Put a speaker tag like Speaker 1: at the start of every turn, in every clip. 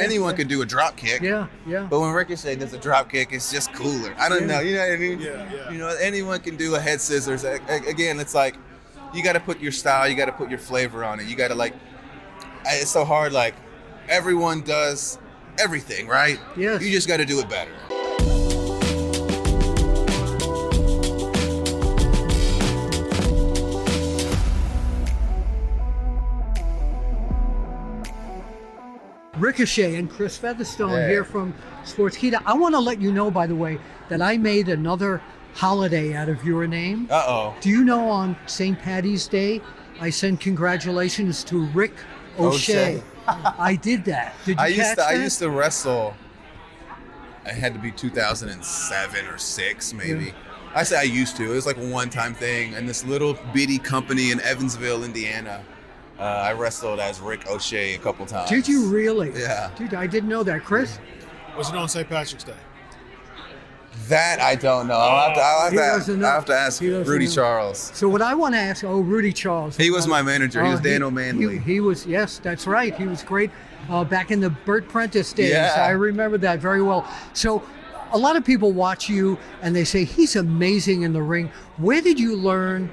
Speaker 1: anyone can do a drop kick.
Speaker 2: Yeah, yeah.
Speaker 1: But when Ricochet does a drop kick, it's just cooler. I don't
Speaker 2: Yeah.
Speaker 1: know. You know what I mean?
Speaker 3: Yeah, yeah.
Speaker 1: You know, anyone can do a head scissors. A- a- Again, it's like you got to put your style, you got to put your flavor on it. You got to like. I- It's so hard. Like everyone does everything, right?
Speaker 2: Yes.
Speaker 1: You just got to do it better.
Speaker 2: Ricochet and Chris Featherstone
Speaker 1: Yeah.
Speaker 2: here from Sports Kita. I want to let you know, by the way, that I made another holiday out of your name.
Speaker 1: Uh oh.
Speaker 2: Do you know on St. Patty's Day, I send congratulations to Rick O'Shea.
Speaker 1: O'Shea.
Speaker 2: I did that. Did you
Speaker 1: I
Speaker 2: catch
Speaker 1: used to.
Speaker 2: that?
Speaker 1: I used to wrestle. It had to be 2007 or six, maybe.
Speaker 2: Yeah.
Speaker 1: I say I used to. It was like a one-time thing. And this little bitty company in Evansville, Indiana, uh, I wrestled as Rick O'Shea a couple times.
Speaker 2: Did you really?
Speaker 1: Yeah.
Speaker 2: Dude, I didn't know that, Chris.
Speaker 3: Was it on St. Patrick's Day?
Speaker 1: That I don't know. I'll have to, I'll have
Speaker 2: He
Speaker 1: to-
Speaker 2: doesn't know.
Speaker 1: I'll have to ask
Speaker 2: He doesn't
Speaker 1: Rudy
Speaker 2: know.
Speaker 1: Charles.
Speaker 2: So what I want to ask, oh, Rudy Charles.
Speaker 1: He was my manager. he
Speaker 2: Oh,
Speaker 1: was Dan O'Manley.
Speaker 2: He, he was, yes, that's right. He was great uh, back in the Burt Prentice days.
Speaker 1: Yeah.
Speaker 2: I remember that very well. So, a lot of people watch you and they say, he's amazing in the ring. Where did you learn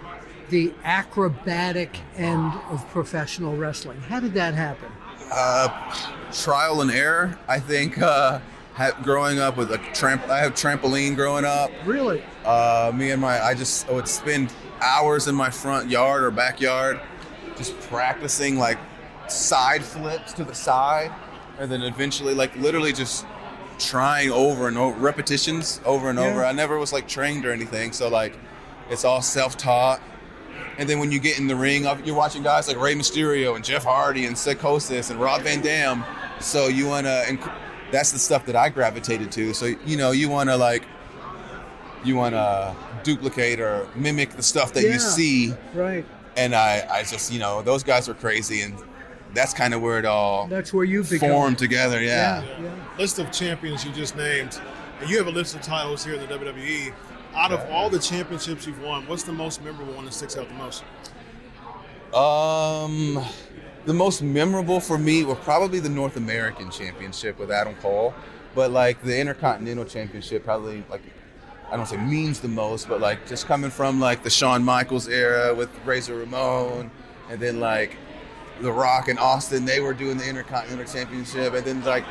Speaker 2: the acrobatic end of professional wrestling? How did that happen?
Speaker 1: uh, trial and error. I think uh, ha- growing up with a tramp, I have trampoline growing up.
Speaker 2: Really?
Speaker 1: Uh, me and my, I just I would spend hours in my front yard or backyard, just practicing like side flips to the side, and then eventually like literally just trying over and over repetitions over and
Speaker 2: Yeah.
Speaker 1: over. I never was like trained or anything, so like it's all self-taught. And then when you get in the ring, uh, you're watching guys like Rey Mysterio and Jeff Hardy and Psychosis and Rob Van Dam. So you wanna, and that's the stuff that I gravitated to. So you know, you wanna like, you wanna duplicate or mimic the stuff that
Speaker 2: Yeah.
Speaker 1: you see.
Speaker 2: Right.
Speaker 1: And I, I just, you know, those guys were crazy, and that's kind of where it all
Speaker 2: That's where you become.
Speaker 1: formed together. Yeah.
Speaker 2: Yeah. yeah.
Speaker 3: List of champions you just named, and you have a list of titles here in the WWE. Out of all the championships you've won, what's the most memorable one that sticks out the most?
Speaker 1: Um, the most memorable for me were probably the North American Championship with Adam Cole, but like the Intercontinental Championship probably like I don't say means the most, but like just coming from like the Shawn Michaels era with Razor Ramon, and then like The Rock and Austin, they were doing the Intercontinental Championship, and then like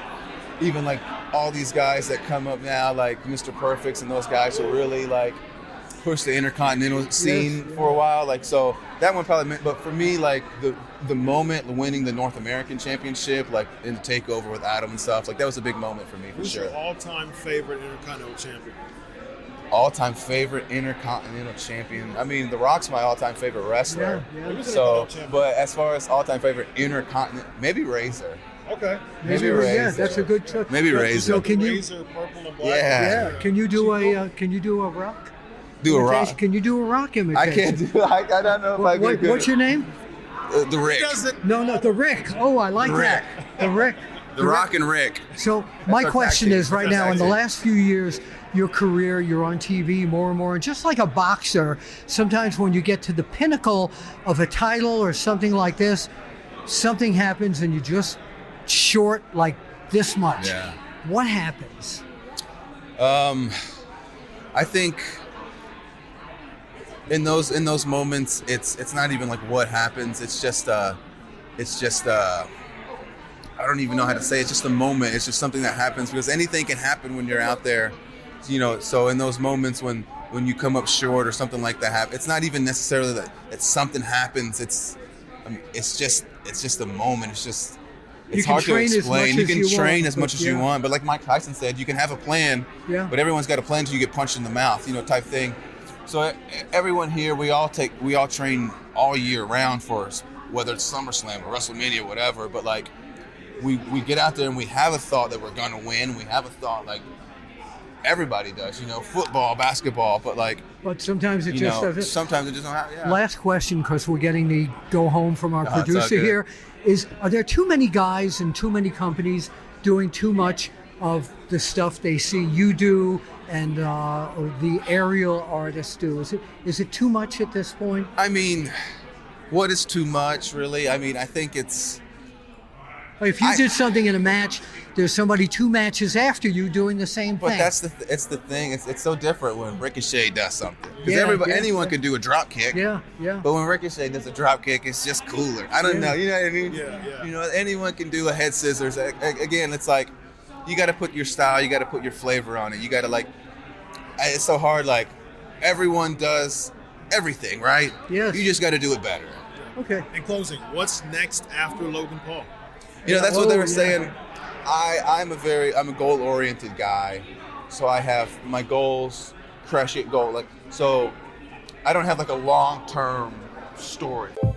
Speaker 1: even like all these guys that come up now, like Mr. Perfects and those guys who really like push the intercontinental scene
Speaker 2: yeah.
Speaker 1: for a while. Like so that one probably meant but for me like the the moment winning the North American championship, like in the takeover with Adam and stuff, like that was a big moment for me for
Speaker 3: Who's
Speaker 1: sure.
Speaker 3: your all-time favorite Intercontinental champion?
Speaker 1: All time favorite intercontinental champion. I mean the Rock's my all time favorite wrestler.
Speaker 2: Yeah, yeah.
Speaker 3: He was an
Speaker 1: So
Speaker 3: Intercontinental champion.
Speaker 1: but as far as all time favorite intercontinental maybe Razor.
Speaker 3: okay,
Speaker 1: Maybe
Speaker 2: yeah,
Speaker 1: Razor.
Speaker 2: that's a good choice.
Speaker 1: Maybe Razor.
Speaker 2: So can you?
Speaker 3: Razor, purple and black.
Speaker 1: Yeah.
Speaker 2: Yeah. Can you do a? Uh, can you do a rock?
Speaker 1: Do a
Speaker 2: imitation?
Speaker 1: rock.
Speaker 2: Can you do a rock imitation?
Speaker 1: I can't do. I, I don't know if I
Speaker 2: What,
Speaker 1: can.
Speaker 2: what-
Speaker 1: do
Speaker 2: what's your name?
Speaker 1: uh, the Rick?
Speaker 3: He doesn't.
Speaker 2: No, no, the Rick. Oh, I like that. The Rick.
Speaker 1: The Rock and Rick.
Speaker 2: So my
Speaker 1: our
Speaker 2: question
Speaker 1: tag
Speaker 2: is,
Speaker 1: team.
Speaker 2: right
Speaker 1: That's our
Speaker 2: now, in the
Speaker 1: tag team.
Speaker 2: last few years, your career, you're on TV more and more, and just like a boxer, sometimes when you get to the pinnacle of a title or something like this, something happens and you just short like this much.
Speaker 1: Yeah.
Speaker 2: What happens?
Speaker 1: Um, I think in those in those moments, it's it's not even like what happens. It's just uh, it's just uh, I don't even know how to say. it. It's just a moment. It's just something that happens because anything can happen when you're out there, you know. So in those moments when when you come up short or something like that happen, it's not even necessarily that it's something happens. It's I mean, it's just it's just a moment. It's just
Speaker 2: You
Speaker 1: it's
Speaker 2: can
Speaker 1: hard to
Speaker 2: train as
Speaker 1: explain.
Speaker 2: much
Speaker 1: You
Speaker 2: as
Speaker 1: can
Speaker 2: you
Speaker 1: train
Speaker 2: want,
Speaker 1: as much
Speaker 2: but
Speaker 1: as you
Speaker 2: yeah.
Speaker 1: want, but like Mike Tyson said, you can have a plan,
Speaker 2: Yeah.
Speaker 1: but everyone's got a plan until you get punched in the mouth, you know, type thing. So e- everyone here, we all take, we all train all year round for s- whether it's SummerSlam or WrestleMania, or whatever. But like, we we get out there and we have a thought that we're gonna win. We have a thought like everybody does, you know, football, basketball. But like,
Speaker 2: But sometimes it
Speaker 1: you
Speaker 2: just
Speaker 1: know,
Speaker 2: doesn't.
Speaker 1: sometimes it just don't happen. Yeah.
Speaker 2: Last question, because we're getting the go home from our
Speaker 1: No, Uh, Oh, it's all
Speaker 2: producer
Speaker 1: good.
Speaker 2: here, is are there too many guys and too many companies doing too much of the stuff they see you do and uh, the aerial artists do? Is it is it too much at this point?
Speaker 1: I mean, what is too much, really? I mean, I think it's
Speaker 2: If you
Speaker 1: I-
Speaker 2: did something in a match, there's somebody two matches after you doing the same
Speaker 1: But
Speaker 2: thing.
Speaker 1: that's the th- it's the thing. It's, it's so different when Ricochet does something because
Speaker 2: Yeah,
Speaker 1: everybody
Speaker 2: yeah,
Speaker 1: anyone
Speaker 2: yeah.
Speaker 1: can do a drop kick.
Speaker 2: yeah, yeah.
Speaker 1: But when Ricochet does a drop kick, it's just cooler. I don't
Speaker 2: Yeah.
Speaker 1: know. You know what I mean?
Speaker 3: Yeah, yeah.
Speaker 1: You know, anyone can do a head scissors. A- a- Again, it's like you got to put your style, you got to put your flavor on it. You got to like. I- It's so hard. Like everyone does everything, right?
Speaker 2: Yes.
Speaker 1: You just got to do it better.
Speaker 2: okay.
Speaker 3: In closing, what's next after Logan Paul?
Speaker 1: You know,
Speaker 2: Yeah,
Speaker 1: that's what they
Speaker 2: oh,
Speaker 1: were
Speaker 2: yeah.
Speaker 1: saying. I I'm a very I'm a goal oriented guy, so I have my goals, crush it goal. Like so, I don't have like a long term story.